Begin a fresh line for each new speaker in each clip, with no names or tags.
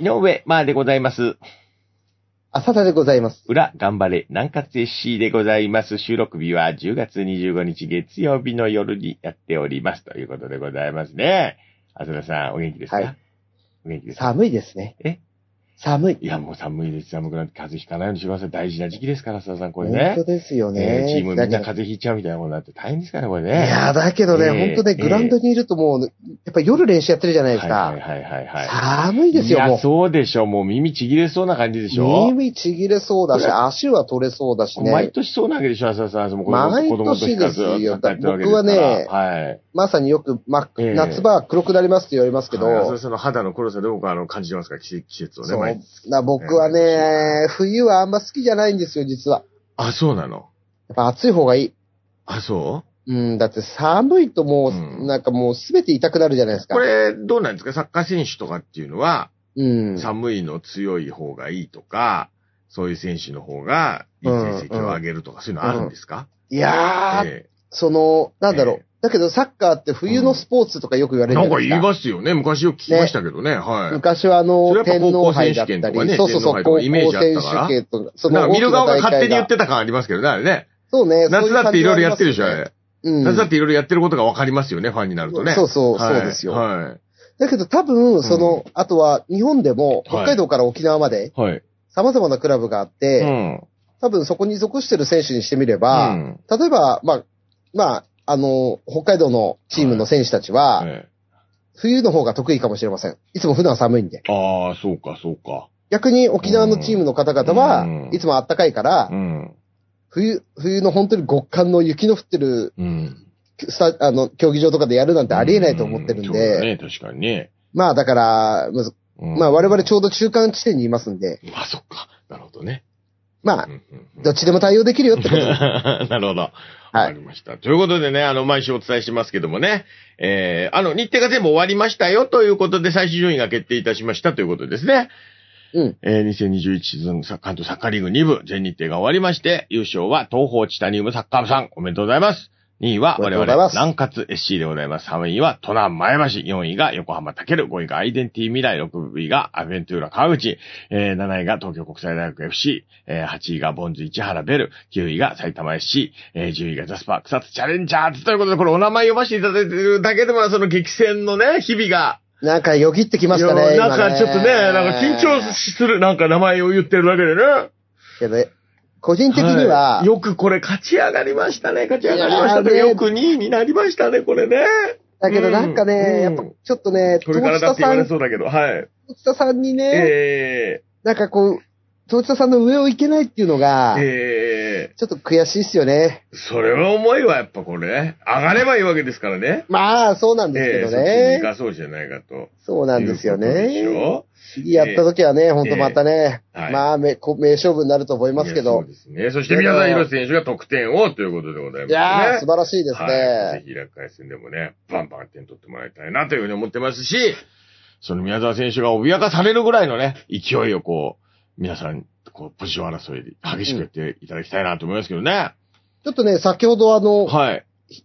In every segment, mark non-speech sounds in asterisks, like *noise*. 井上、まあでございます。
浅田でございます。
裏、頑張れ、南葛 SC でございます。収録日は10月25日月曜日の夜にやっております。ということでございますね。浅田さん、お元気ですか、
はい
お元気ですか
寒いですね。
え
寒い。
いや、もう寒いです。寒くなって風邪ひかないようにしてください。大事な時期ですから、浅田さん、これ
本
ね
当。ですよ
え
ね。
ーチームみんな
だか
風邪ひいちゃうみたいなことになって大変ですから、これね。
らいや、だけどね、
えー
本当ね、グラウンドにいるともう、やっぱり夜練習やってるじゃないですか。
はいはいはいはい、は
寒
い。
いですよ、
い
も
や、そうでしょ。もう耳ちぎれそうな感じでしょ。
う。耳ちぎれそうだし、足は取れそうだし
毎
ね。
年そうなわけでしょ、浅田さん。その子供
毎年
子供の時からずっとやってるわけですから。
僕はね
はい。
まさによく、ま、
ええ
夏場は黒くなりますって言われますけど、
はい浅田さんの肌の黒さで僕はあの感じてますから、季節季節をね、
そう
毎月
な僕はね、冬はあんま好きじゃないんですよ、実は。
あ、そうなの
やっぱ暑い方がいい。
あ、そ
うん、だって寒いともう、
うん
なんかもうすべて痛くなるじゃないです
う
か。
これ、どうなんですかサッカー選手とかっていうのは、
うん。
寒いの強い方がいいとか、そういう選手の方が、いい成績を上げるとか、そういうのあるんですか、
いやー、
え
その、なんだろう。
ええ
だけどサッカーって冬のスポーツとかよく言わ
え
れ
な
るじゃ
んか
ないです
言
か。
いますよね。昔よく聞きましたけどね。はい。
昔はあ
それ
の、
はやっ
天
ぱ高
皇
校選手
杯だった
権と
り
か、ね
そうそうそう、
天皇
高校
杯とかイメー
選
ジあったから
手権とか、そ
なん
の
か
大き
見
な
る側が
大
勝手に
会
言っ
が。
てた感ありますけどね、あれね。
そうね、そ
夏
うう感じは
だっていろいろやってるでしょ、
あ
あ
りますよね
れ。
うん。
夏だっていろいろやってることが分かりますよね、ファンになるとね。
そうそう、
はい
そうですよ。
はい。
だけど多分、その、あとは日本でも、
はい
北海道から沖縄まで、
はい。
様々なクラブがあって、
うん。
多分そこに属してる選手にしてみれば、
うん
例えば、まあ、まあ、あの、北海道のチームの選手たちは、
ええ
冬の方が得意かもしれません。いつも普段寒いんで。
ああ、そうか、そうか。
逆に沖縄のチームの方々は、
うん
いつも暖かいから、
うん。
冬、冬の本当に極寒の雪の降ってる、
うん。
スタあの、競技場とかでやるなんてありえないと思ってるん
うんそうだね、
で、
確かにね。
まあだから、むず
うん
まあ我々ちょうど中間地点にいますんで、
まあ、そっか。なるほどね。
まあ
う、んうんうん
どっちでも対応できるよってことです。
*laughs* なるほど。わかりました。ということでね、あの、毎週お伝えしてますけどもね、えー、あの、日程が全部終わりましたよということで、最終順位が決定いたしましたということですね。
うん。
えー、2021シーズンサッカーとサッカーリーグ2部、全日程が終わりまして、優勝は東方チタニウムサッカー部さん、おめでとうございます。2位は
おめ
我
でと
々
うございま、す
南葛 SC でございます。3位は、都南前橋。4位が、横浜武5位が、アイデンティ未来。6位が、アベントゥーラ川口。えー7位が、東京国際大学 FC。えー8位が、ボンズ市原ベル。9位が、埼玉 SC。えー10位が、ザスパー草津チャレンジャーズ。ということで、これお名前読ませていただいてるだけでも、その激戦のね、日々が、
なんかよぎってきました
い
ね。
や
今
なんかちょっとね、なんか緊張する、なんか名前を言ってるだけでね。
けど、個人的には、
いよくこれ勝ち上がりましたね、勝ち上がりました
いやー
ね。
ね
よく2位になりましたね、これね。
だけどなんかね、
うん
やっぱちょっとね、
これから
東
だっ
下
て言
さ
われ
ん、
そうだけど、はい。
東下さんにね、
え
なんかこう、東下さんの上を行けないっていうの
ー、
が、
え
ちょっと悔しいっすよね。
ー、それは思いはやっぱこれね、上がればいいわけですからね。
まあ、そうなんです
えー、
け
そ
ど
っちに
ね
行。かそうじゃないかと。
そうなんですよ
いうことでし
ね。
ょ
次やった時はね、ほんとまたね、
ええはい
まあめこ名勝負になると思います
い
け
やそ
ど
う、ですね。そして皆さん、広瀬選手が得点をということでございます、ね。
いやー、素晴らしいです
はい。ぜ
ね。
ひ、落下戦でもね、バンバン点取ってもらいたいなというふうに思ってますし、その宮沢選手が脅かされるぐらいのね、勢いをこう、皆さん、こう、ポジション争いで激しくやっていただきたいなと思いますけどね。
ちょっとね、先ほどあの、
はい。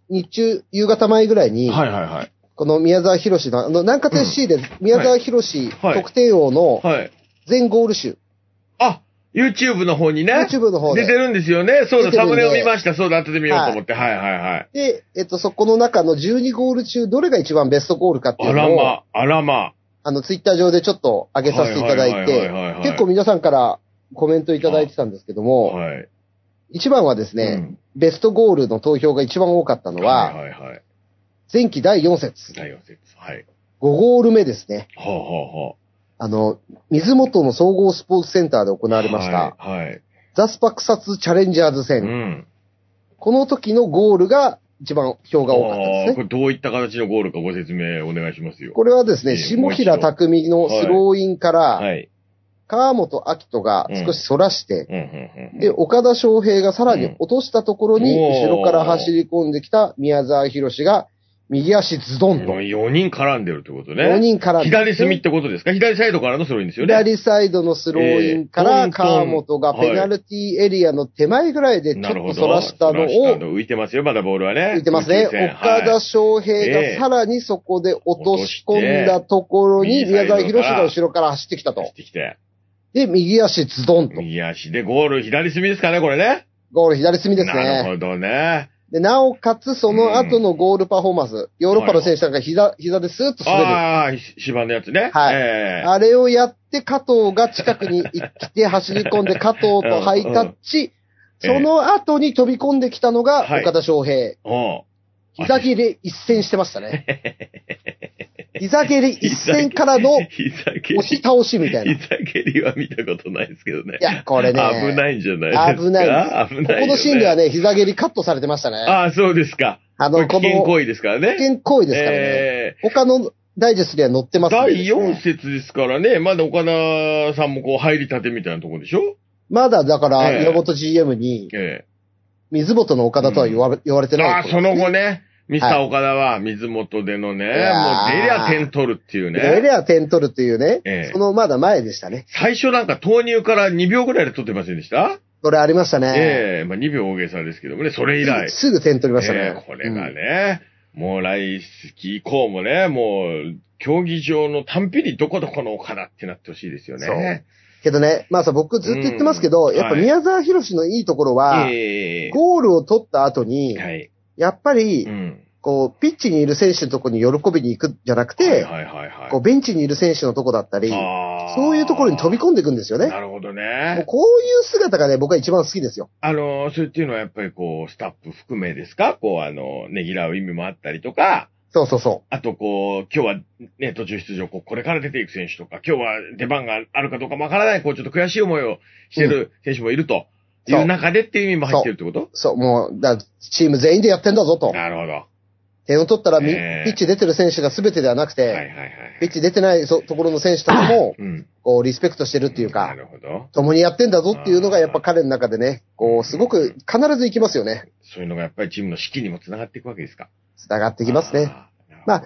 日中、夕方前ぐらいに、
はいはいはい。
この宮沢博士の、あの、南葛 SC で宮沢博士
はい
特定王の
はい。
全ゴール集、
あ、YouTube の方にね、
YouTube の方
出て
で。
るんですよね。そうだ、
出て
サ
るんで
ムネを見ました。そうだ、後で見ようと思って。はいはいはい。
で、えっと、そこの中の12ゴール中、どれが一番ベストゴールかってい
あ
う
ら
のを、
ま、あらま。
あの、ツイッター上でちょっと上げさせていただい
はいはいはいはいは
て
い、
結構皆さんからコメントいただいてたんですけども、
はい。
一番はですね、ベストゴールの投票が一番多かった
うん
の
はい
は、
はいはい。
前期第4節、5
第4節。はい。
ゴール目ですね。
はあはあはあ。
あの、水元の総合スポーツセンターで行われました、
はい。はい。
ザスパ草津チャレンジャーズ
う
戦。
ん。
この時のゴールが一番票が多かったで
あー
す
こ
ね。
れどういった形のゴールかご説明お願いしますよ。
これはです
え
ね、
え
下平匠のスローインから、
はい。
川本明人が少し反らして、
うんうんうん。
で、岡田翔平がさらに落としたところに、
うん
後ろから走り込んできた宮沢博士が右足ズドンと。
4人絡んでるってことね。
4人から、
左隅ってことですか左サイドからのスローインですよね。
左サイドのスローインか
え
ら、
ー
川本がペナルティーエリアの手前ぐらいでちょ
な
っ
るほど。
とそらしたの
そらした
を、
の浮いてますよ、まだボールはね。
言ってますね。
空中戦
岡田翔
え
平
え
がさらにそこで落とし込んだところに、
落として
宮沢博士が後ろから走ってきた
はい、
と
走っ。てきて。
で、右足ズドンと。
右足でゴール左隅ですかね、これね。
ゴール左隅です
なる
ね。
ほどね。
で、なおかつその後のゴールパフォーマンス、ヨーロッパの選手なんか膝、膝でスーッと滑る。
ああ、ひ芝のやつね。
はい
ええ
あれをやって加藤が近くに来て走り込んで加藤とハイタッチ。
うんうん
その後に飛び込んできたのが
はい
岡田翔平。
おう
膝蹴り一戦してましたね。
*laughs*
膝蹴り一戦からの押
膝蹴り。
し倒しみたいな。い
膝蹴りは見たことないですけどね。
や、これね。。
危ないいんじゃないですか
危ない
危
こ
ないよね
このシーンではね、膝蹴りカットされてましたね。
ああ、そうですか。
あ
これ
の、
危
この、
険行為ですからね。
危険行為ですからね。
ええ
他のダイジェストには載ってますんで
第4節ですからね、まだ岡田さんもこう入りたてみたいなとこでしょ
まだだか
え
ら、
え
岩本 GM に、
え
水元の岡田とは言われ言われ
え
てな
あ
い
あ、
と。
その後ね、ミスター岡田は水元でのね、もう出り
やー
ゃ点取るっていうね。
エレア点取るというね、
ええ
そのまだ前でしたね。
最初なんか投入から2秒ぐらいで取ってませんでした
それありましたね。
ええまあ2秒大げさですけどもね、それ以来。
すぐ点取りました
え
ね
え。これがね、もう来季以降もね、もう、競技場のたんびにどこどこの岡田ってなってほしいですよね。
うんけどね、まあさ、僕ずっと言ってますけど、
うん
やっぱ
はい
宮沢博士のいいところは、
ええ
ゴールを取った後に、
はい。
やっぱり
う、ん。
こう、ピッチにいる選手のとこに喜びに行くんじゃなくて、
はいはいはいはい。
こう、ベンチにいる選手のとこだったり、
あー
そういうところに飛び込んでいくんですよね。
なるほど
もう
ね。
こういう姿がね、僕は一番好きですよ。
あの、そうっていうのはやっぱりこう、スタッフ含めですかこう、あの、ねぎらう意味もあったりとか、
そうそうそ
あとこう、今日はね、途中出場、こうこれから出ていく選手とか、今日は出番があるかどうかもわからない、こう、ちょっと悔しい思いをしてる選手もいると。い
そう
う中でっていう意味も入ってるってこと
う。そう、もう、だチーム全員でやってんだぞと。
なるほど。は
点を取ったらみ、
えー
ピッチ出てる選手が全てではなく
い
て、
はいはい。
ピッチ出てないそところの選手たちも、
うん。
こう、リスペクトしてるっていう
な
か、
るほど。
共にやってんだぞっていうのが、やっぱ彼の中でね、こう、すごく必ず行きますよね。
そういうのがやっぱりチームの士気にもつながっていくわけですか。
繋がってきますね。
あー。
ま
ま
あ
あ、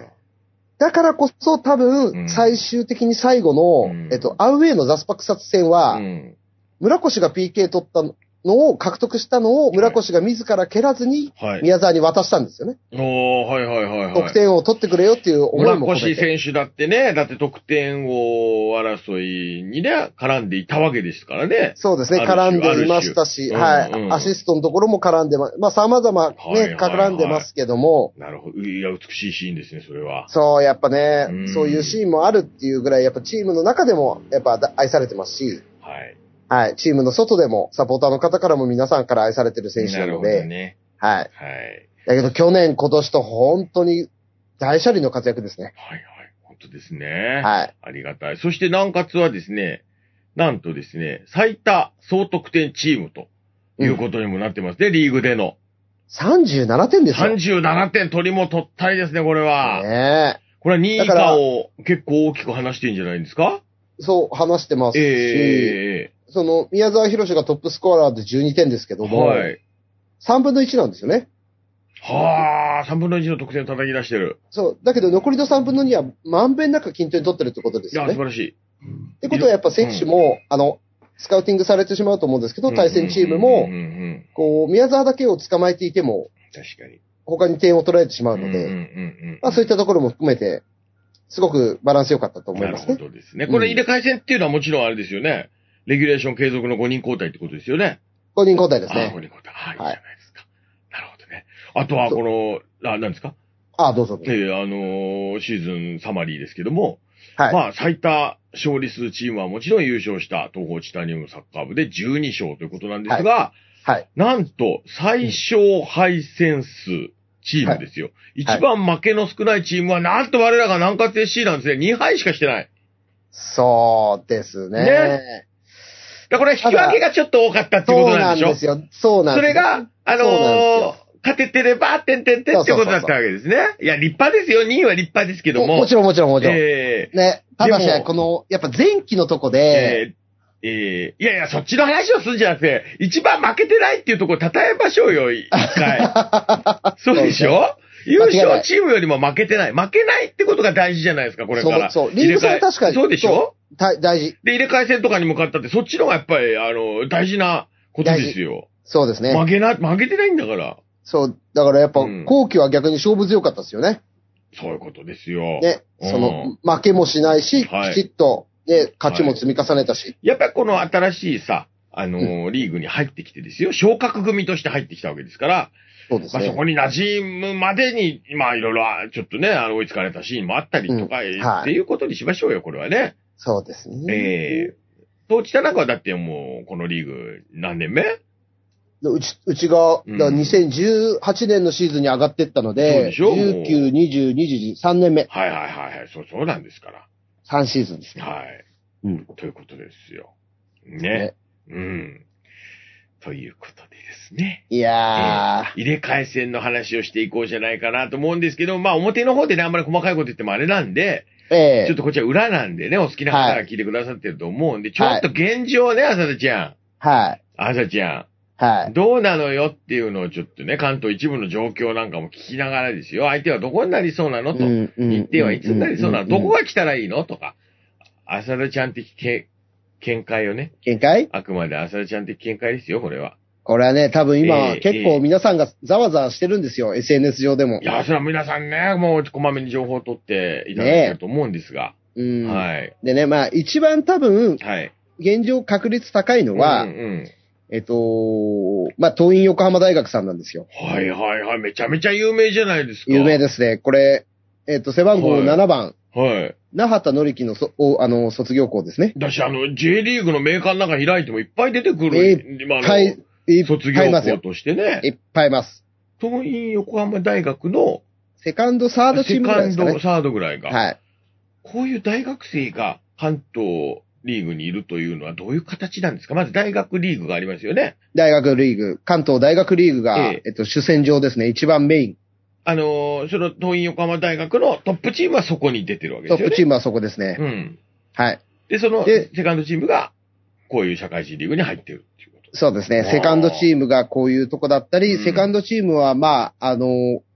だからこそ多
うん
分、最終的に最後の、
うん
えっと、アウェイのザスパク殺戦は、
うん
村越が PK 取ったのを、獲得したのを、村越が自ら蹴らずに、
はい。
宮沢に渡したんですよね。
おー、はいはいはいはい。
得点を取ってくれよっていう思い
村
も込め
越
て。
選手だってね、だって得点王争いにね、絡んでいたわけですからね。
そうです
あ
ね、
る種
絡んでいました
あ
し、
る
は
種うんう
い。
ん
アシストのところも絡んでま、まあ、様々
はいはい
ね、絡んでますけども、
なるほど。いや、美しいシーンですね、それは。
そう、やっぱね
うん、
そういうシーンもあるっていうぐらい、やっぱチームの中でも、やっぱ愛されてますし、
はい。
はい、チームの外でも、サポーターの方からも皆さんから愛されてる選手
な
な
る
の
ほど
で、
ね。
はい。
はい。
だけど去年、今年と本当に大車輪の活躍ですね。
はいはい。本当ですね。
はい。
ありがたい。そして、南葛はですね、なんとですね、最多総得点チームということにもなってますね、リーグでの。
37点ですよ。
37点取りも取ったいですね、これは。
ねえ。
これは2位以
だから
下を結構大きく話してんじゃないんですか
そう、話してますし、
ええ
その、宮沢博士がトップスコアラーで12点ですけども、
はい。
3分の1なんですよね。
はあ、3分の1の得点叩き出してる。
そう。だけど残りの3分の2はまんべんなく均等に取ってるってことで
い
す
や、
よ
素
ね。
晴らしい。
ってことはやっぱ選手も、あの、スカウティングされてしまうと思うんですけど、対戦チーム
う
も
んう、んうんうん
こう、宮沢だけを捕まえていても、
確かに。
他に点を取られてしまうので、
うんうんうんうん
まあそういったところも含めて、すごくバランス良かったと思い
な
ま
る
す
ほ
ね。
どですね。これ入れ替え戦っていうのはもちろんあれですよね。レギュレーション継続の5人交代ってことですよね。
5人交代です
ああ、5
ね。
人交代。はい、いいじゃ
は
ない
い
ですか。なるほどね。あとは、この、あ、なんですか
ああ、どうぞどう
え
ぞ。
ーあのーシーズンサマリーですけども、
はい。
まあ、最多勝利数チームはもちろん優勝した東方チタニウムサッカー部で12勝ということなんですが、
はい。
なんと、最小敗戦数チームですよ。
はい
一番負けの少ないチームは、なんと我らが南葛 SC なんですね。2敗しかしてない。
そうですね。
ねだからこれ引
た
き
だ
分けがちょっと多かったってこ
そう
とな
なんん
でしょ
ですよ。そうなん
そ
です
れ
よ
が、あ
そうなんです
のー
よ
勝ててれば、てんてんてんってことだったわけですね。いや、立派ですよ。2位は立派ですけども。
ももちろんもちろんもちろん。
え
ね。ただし
でも、
この、やっぱ前期のとこ
ー
で、
えーえーいやいや、そっちの話をするんじゃなくて、
*laughs*
一番負けてないっていうところを称えましょうよ、一回。そうでしょ優
間違いな
勝
い
チームよりも負けてない。負けないってことが大事じゃないですか、これから。
そうそうリーグ戦
入れ替え
確かに
そうでしょ
た大事。
で、入れ替え戦とかに向かったって、そっちの方がやっぱり、あの、大事なことですよ。
そうですね。
負けな、負けてないんだから。
そう。だからやっぱ
うん、
後期は逆に勝負強かったですよね。
そういうことですよ。
ね。
うん
その、負けもしないし、き
はい
ちっと、ね、勝ちも積み重ねたし。
やっぱりこの新しいさ、あのーリーグに入ってきてですよ。昇格組として入ってきたわけですから、
そうです
まあ、そ
ね。
こに馴染むまでに、まあ、いろいろ、あちょっとね、あの、追いつかれたシーンもあったりとか、
んはい
っていうことにしましょうよ、これはね。
そうですね。
ええそうした中はだってもう、このリーグ、何年目、
うち、うち
う
が、
ん
だから2018年のシーズンに上がってったの
そうで
で、
しょもう
19、20、20、3年目、
はいはいはいはい、そう、そうなんですから。
3シーズンですね。
はい。
うん。
ということですよ。ね。
ね
うん。ということでですね。
いやー、
入れ替え戦の話をしていこうじゃないかなと思うんですけど、まあ表の方でね、あんまり細かいこと言ってもあれなんで、
ええ
ちょっとこっちは裏なんでね、お好きな方から聞いてくださってると思うんで、ちょっと現状ね、浅田ちゃん。
はい。
浅田ちゃ
はい
ん。。どうなのよっていうのをちょっとね、関東一部の状況なんかも聞きながらですよ。相手はどこになりそうなのと。
言
日程はいつになりそうなのどこ
が
が来たらいいのとか。浅田ちゃん的け見解をね。
限界
あくまで浅田ちゃん的見解ですよ、これは。
これはね、多分
え
今
え、
結構皆さんがざわざわしてるんですよ、SNS 上でも
い。や、それは皆さんね、もうこまめに情報を取っていただけたと思うんですが。
うん
はい。
でね、まあ、一番多分、
はい。
現状確率高いのは、
うんうん
えっと、まあ、東院横浜大学さんなんですよ。
はいはいはい。めちゃめちゃ有名じゃないですか。
有名ですね。これ、えっと、背番号
はい
7番、
はい。
那覇田紀樹のそおあの卒業校ですね。
だし、あの、J リーグのメーカーの中開いてもいっぱい出てくる。
え
今
は
の
い、いっ
卒
ぱいい
業
ます
校
よ。
としてね
い。っぱいいます。
東院横浜大学の
セカンド、サードチー
セ
ムぐら
カ
いで
ン
すか
ド、
ね。
サードぐらいが。
はい。
こういう大学生が関東リーグにいるというのはどういう形なんですかまず大学リーグがありますよね。
大学リーグ、関東大学リーグが、
え
えっと、主戦場ですね。一番メイン。
あのーその東院横浜大学のトップチームはそこに出てるわけ
ト
です
ッ
よね。
プチームはそこですね。
うん。
はい。
で、その、セ
で
カンドチームが、こういう社会人リーグに入ってるっていうこと。
そうですね
あ。ー
セカンドチームがこういうとこだったり、
うん
セカンドチームは、まあ、あの、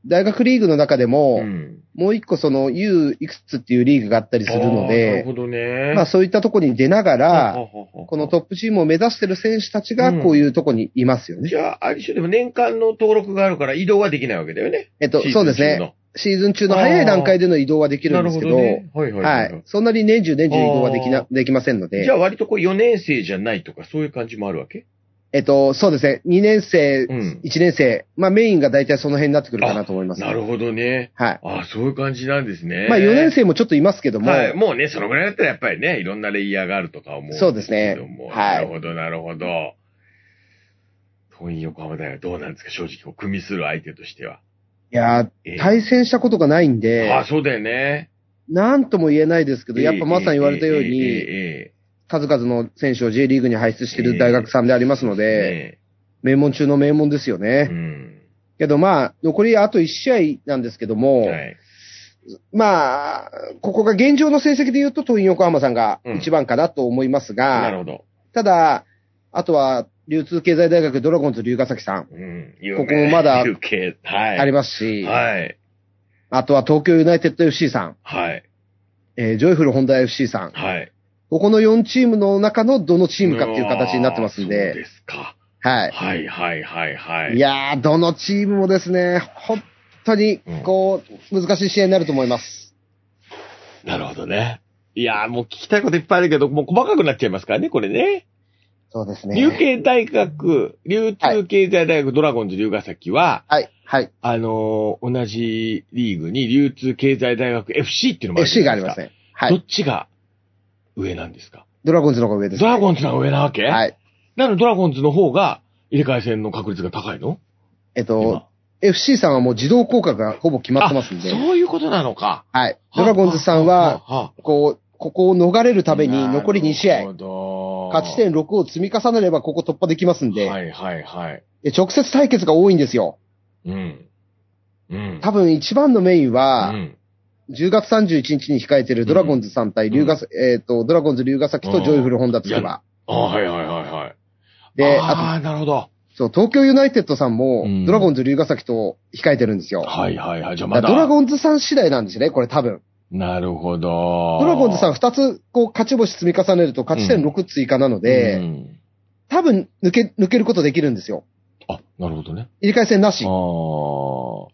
大学リーグの中でも、
ん。
もう一個その U いくつっていうリーグがあったりするの
あーなる
で、
ほどね。
まあそういったとこに出ながら、
こ
このトップチームを目指してる選手たちが
うん
こういうとこにいますよね。
じゃあ、ある種でも年間の登録があるから移動はできないわけだよね。
えっと、
シーズン
そうです
中の
ね。。シーズン中の早い段階での移動はできるんですけど、
なるほどね。はいはい、
は
はい
い。そんなに年中年中移動はでき
あ
な、できませんので。
じゃあ割とこう4年生じゃないとかそういう感じもあるわけ
えっと、そうですね。2年生、
うん
1年生。まあメインが大体その辺になってくるかなと思います。
なるほどね。
はい。
ああ、そういう感じなんですね。
まあ4年生もちょっといますけども、
はい、もうね、そのぐらいだったらやっぱりね、いろんなレイヤーがあるとか思う。
そうですねはい
なるほど、なるほど。東院横浜大学どうなんですか正直、こう組みする相手としては。
いやー、
え
対戦したことがないんで、
ああ、そうだよね。
なんとも言えないですけど、やっぱまさに言われたよう
ええ
に、
え
数々の選手を J リーグに輩出している大学さんでありますの
え
で、
え
名門中の名門ですよ
え
ね
う。ん。
けどまあ、残りあと1試合なんですけども、
はい。
まあ、ここが現状の成績で言うと、東院横浜さんが一番かなと思います
な
が、
るほど。
ただ、あとは、流通経済大学ドラゴンズ龍ヶ崎さん
うん。有名
ここもまだ
有形はい。
ありますし、
はい。
あとは東京ユナイテッド FC さん、
はい。
えージョイフルホンダ FC さん、
はい。
ここの4チームの中のどのチームかっていう形になってますん
うわーそう
で、
ですか。
はい。
はい、はい、はい、はい。
いやー、どのチームもですね、本当に、こう、難しい試合になると思います。
なるほどね。いやー、もう聞きたいこといっぱいあるけど、もう細かくなっちゃいますからね、これね。
そうです
流。経大学、流通経済大学、ドラゴンズ龍ヶ崎は、
はい、はい。
あのー同じリーグに流通経済大学 FC っていうのもある
FC があります
ね。
ね。は
ど
い。
っちが上なんですか
ドラゴンズの方が上です。
ドラゴンズの上なわけ。
はいい。
なのでドラゴンズの方が入れ替え戦の確率が高いの
えっと、FC さんはもう自動降格がほぼ決
今
まってますんで
あ、そういうことなのか。
はい。ドラゴンズさんは、
は、
こう、ここを逃れるために残り2試
なる
合、
ほど
勝ち点6を積み重ねればここ突破できますんで、
はいはいはい。
で直接対決が多いんですよ。
うん。うん。
多分一番のメインは、
うん
10月31日に控えてるドラゴンズ3対、龍ヶえっ、と、ドラゴンズ龍ヶ崎とジョイフルホンダツ
い
クバ。
あはいはいはいはい。
で、あ
ああ、なるほど。
そう、東京ユナイテッドさんも
うん、
ドラゴンズ龍ヶ崎と控えてるんですよ。
はいはいはい。じゃあ
だ
ま
か
だ。
らドラゴンズさん次第なんですね、これ多分。
なるほど。
ドラゴンズさん2つ、こう、勝ち星積み重ねると、勝ち点6追加なので、
うん
多分、抜け、抜けることできるんですよ。
あ、なるほどね。
入れ替え戦な
ああ
し
ー。。こ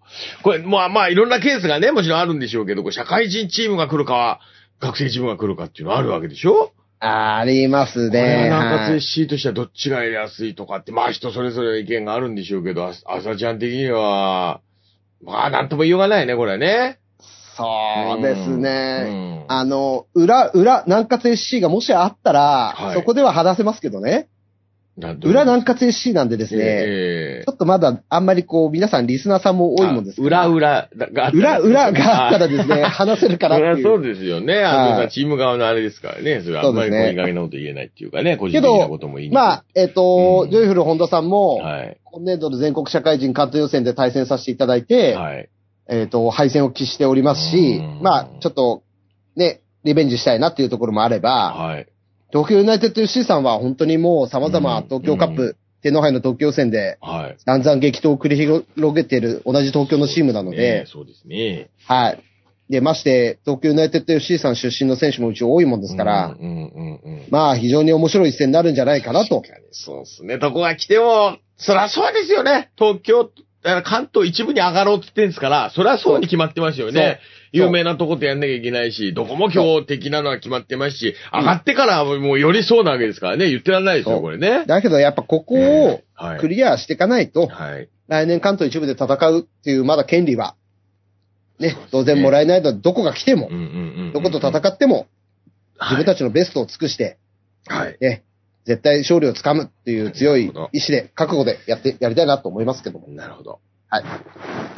れ、まあまあ、いろんなケースがね、もちろんあるんでしょうけど、これ社会人チームが来るか、学生チームが来るかっていうのはあるわけでしょ
あります
これは
ね。
なんか
はい
SC としてはどっちがやりやすいとかって、まあ人それぞれの意見があるんでしょうけど、あ朝ちゃん的には、まあなんとも言いようがないね、これはね。
そうですね。
ね
あの、裏、裏、南葛 SC がもしあったら、
はい
そこでは話せますけどね。裏南葛 SC なんでですね、
ええ
ちょっとまだあんまりこう、皆さんリスナーさんも多いもんですから
裏裏があった
裏、
ら
裏があったらで
*laughs*
すね、話せるか
そ
なっ
れ
て
は
い
そ
う。
うですよね。
はい
あの、チーム側のあれですからね。それはあんまりこう
そうですね
いい加減なこと言えないっていうかね、個人的なことも言いにくい。
まあ、えっ、と、
うん
ジョイフル本田さんも、
はい。
今年度の全国社会人関東予選で対戦させていただいて、
はい。
えっ、と、敗戦を喫しておりますし
うん、
まあ、ちょっと、ね、リベンジしたいなっていうところもあれば、
はい。
東京ユナイテッド FC さんは本当にもう様々
うん
東京カップ、
うん
天皇杯の東京予選で、
はい。
散々激闘を繰り広げている同じ東京のチームなの
ね
で、
そうですね。
はい。で、まして、東京ユナイテッド FC さん出身の選手もうち多いもんですから、
うんうんうんうん。
まあ、非常に面白い一戦になるんじゃないかなと
確。かにそうですね。どこが来ても、そりゃそうですよね。東京、あの関東一部に上がろうって言ってんですから、そりゃそうに決まってますよね。
そう
有名なとことやんなきゃいけないし、どこも強敵なのは決まってますし、上がってからはもうよりそうなわけですからね。言ってらんないです
そ
よ、
う
これね。
だけど、やっぱここを
え、ーはい
クリアしていかないと、
はい。
来年関東一部で戦うっていうまだ権利は、ね、当然もらえないので、どこが来ても
うん、うんうんうん。
どこと戦っても、自分たちのベストを尽くして、
はい。
ね、絶対勝利をつかむっていう強い意志で、覚悟でやって、やりたいなと思いますけども。
なるほど。
は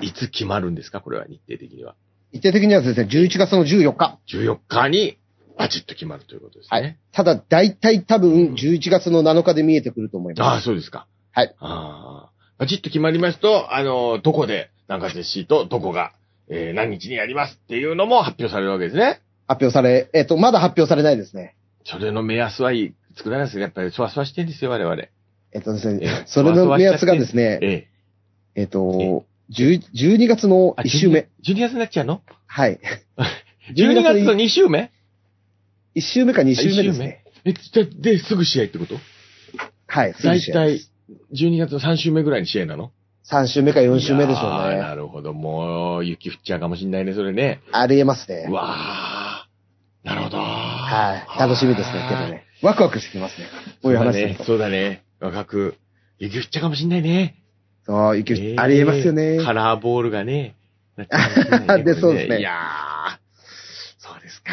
い。
いつ決まるんですかこれは日程的には。
一定的にはですね、11月の14日。
14日に、バチッと決まるということです
は
ね。
い。ただ、大体多分、11月の7日で見えてくると思い
あ
ま
あ、
す。
そうですか。
はい。
ああ。バチッと決まりますと、あの、どこで、なんか接しと、どこが、えー、何日にやりますっていうのも発表されるわけですね。
発表され、えっと、まだ発表されないですね。
それの目安はい作らないですね。やっぱり、そわそわしてんですよ、我々。え
えっとです
ええ
ね、それの目安がですね、
え。
えっと、10 12月の1週目。。
12月になっちゃうの
はい。 *laughs*
?12 月の
の
2週目
1週目か2週目ですね。
え、じゃで、すぐ試合ってこと
はい。
大体、12月の3週目ぐらいに試合なの
3週目か4週目でしょう
ああ、な
ね。
るほど。もう、雪降っちゃうかもしんないね、それね。
ありえますね
う。わあ。なるほど。
はい。楽しみですね、けどね。ワクワクしてきますね。こういう話すると。
そうだね。そうだね若く。雪降っちゃうかもしんないね。
そう、ゆきゅうありえますよね
え。カラーボールが
*laughs*
ね。なっちゃうかもしんない
でそうですね
これいやーそうですか。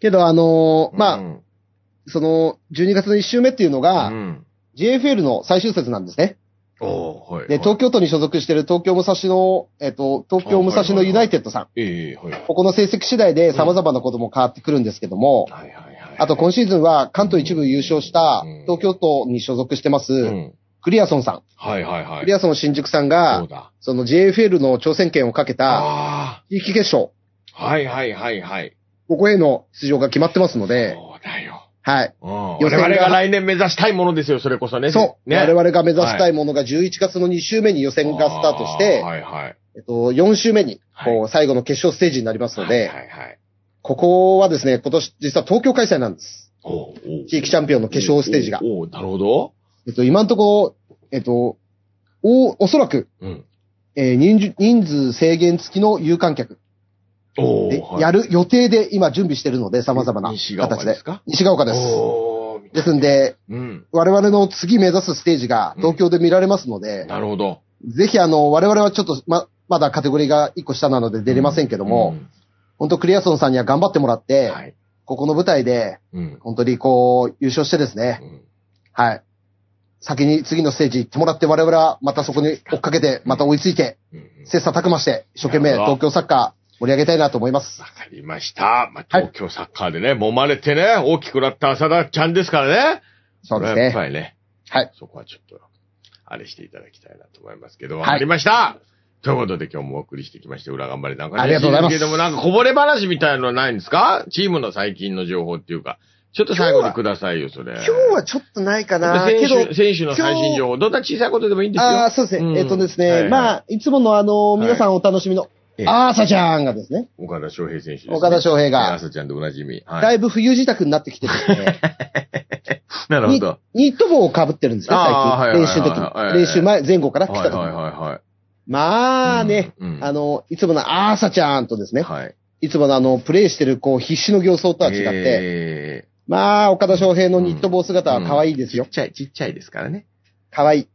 けど、あのー、
う
まあ、
ん
その、12月の1週目っていうの
う
が、
ん。
JFL の最終節なんですね。
おー、はい。
で、東京都に所属している東京武蔵野、えっと、東京武蔵野ユナイテッドさん。
ええ、はい。はい
ここの成績次第で様々なことも変わってくるんですけども、
はいはい。
あと今シーズンは関東一部優勝した東京都に所属してます、
うん
クリアソンさん。
はいはいはい。
クリアソン新宿さん
そ
が
う、だ。
その JFL の挑戦権をかけた
あ
地域決勝、
あ。はいはいはいはい。
ここへの出場が決まってますので、
そうだよ。
はい。
うん
予
我
選が
々が来年目指したいものですよ、それこそね。
そう。
ね。
我々が目指したいものが11月の2週目に予選がスタートし
あー
て、
はいはい。
えっと、4週目に、こ
は
う、最後の決勝ステージになりますの
は
で、
いはいはい。
ここはですね、今年実は東京開催なんです。
おうおう
地域チャンピオンの決勝ステージが。
おうおうなるほど。
えっと、今のところ、えっと、お、おそらく、
うん。
えー人数人数制限付きの有観客
お
で
お
やる予定で今準備してるので、様々な
西側
形
で。
です
か
西ヶ丘です。
おおー
ですんで、
うん。
我々の次目指すステージが東京で見られますので、
なるほど。
ぜひあの、我々はちょっとま、まだカテゴリーが1個下なので出れませんけども、本当クリアソンさんには頑張ってもらっ
う
て、
んはい。
ここの舞台で、
うん。
本当にこう、優勝してですね、
うん
はい。先に次のステージ行ってもらって、我々はまたそこに追っかけて、また追いついて、
うん
切磋琢磨して、一生懸命
なるほど
東京サッカー盛り上げたいなと思います。
わかりました。まあ、
はい
東京サッカーでね、揉まれてね、大きくなった浅田ちゃんですからね。
そうです
これはやっ
ね。
ぱりね。
はい。
そこはちょっと、あれしていただきたいなと思いますけど、わ
い
かりました、ということで今日もお送りしてきました、裏頑張りなんかね。
ありがとうございます
けどもなんかこぼれ話みたいなのはないんですかチームの最近の情報っていうか、ちょっと最後にくださいよ、それ。
今日はちょっとないかな。
選
けど、
手、選手の最新情報、どんな小さいことでもいいんですよ。
ああ、そうですね。
うん
えっとですね、
はいはい
まあ、いつものあの、
い
皆さんお楽しみの、
ええ
あーさちゃんがですね、
岡田翔平選手です、ね。
岡田翔平が
朝ちゃんでおなじみ。
だ
はい。
いぶ冬自宅になってきてですね、
なるほ
ニ
ど。
ニット帽を被ってるんですね、最
あーはい
近。
はい
練
はいはい
習の時
はい
に。練習前、前後から来
はいは
た
い
時
はい
に。
はい。
まあね、
うんうん
あの、いつものあーさちゃんとですね、
はい。
いつものあの、プレイしてる、こう、必死の形相とは違って、
え
まあ、岡田翔平のニット帽姿は可愛いです
ーち
よ
っ。ちゃい、ちっちゃいですからね。*laughs*
可愛い。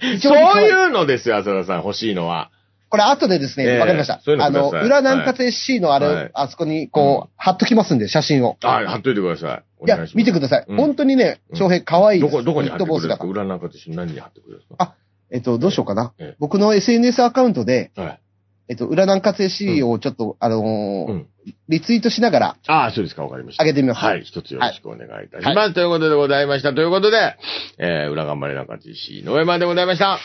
非
そ
常に可
う
愛い
いうのですよ、浅田さん、欲しいのは。
これ後でです
ええ
ね、わかりました
そういう。の
あ
くださ
の、
い
裏南葛 SC のあ
はい
れ、あそこにこう、貼っときますんで、写真を。
はい、貼っといてください。お
いや
願いします。、
見てください。
うん
本当にね
う、ん
翔平可愛いで
ど
す。
こ、どこに貼ってくれるんです
ニッ
か
ト帽姿
裏なんかと一緒に何に貼ってくれるんですか
あえっと、どうしようかな
ええ。
僕の SNS アカウントで、
はい。
えっと、裏南葛 SC をちょっと、あ
う
のー
ん、
リツイートしながら
ああ、そうですか、わかりました
上。げてみます。
はい、一つよろしくお願いいたします。ということでございました。ということで、えー、裏頑張れ中地市井上までございました。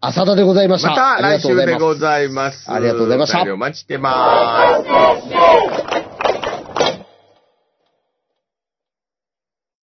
浅田でございました。
また
ありが
来
とうご
週
ざ
で
います
ございます。
ありがとうございました
お便りお待ちしてます。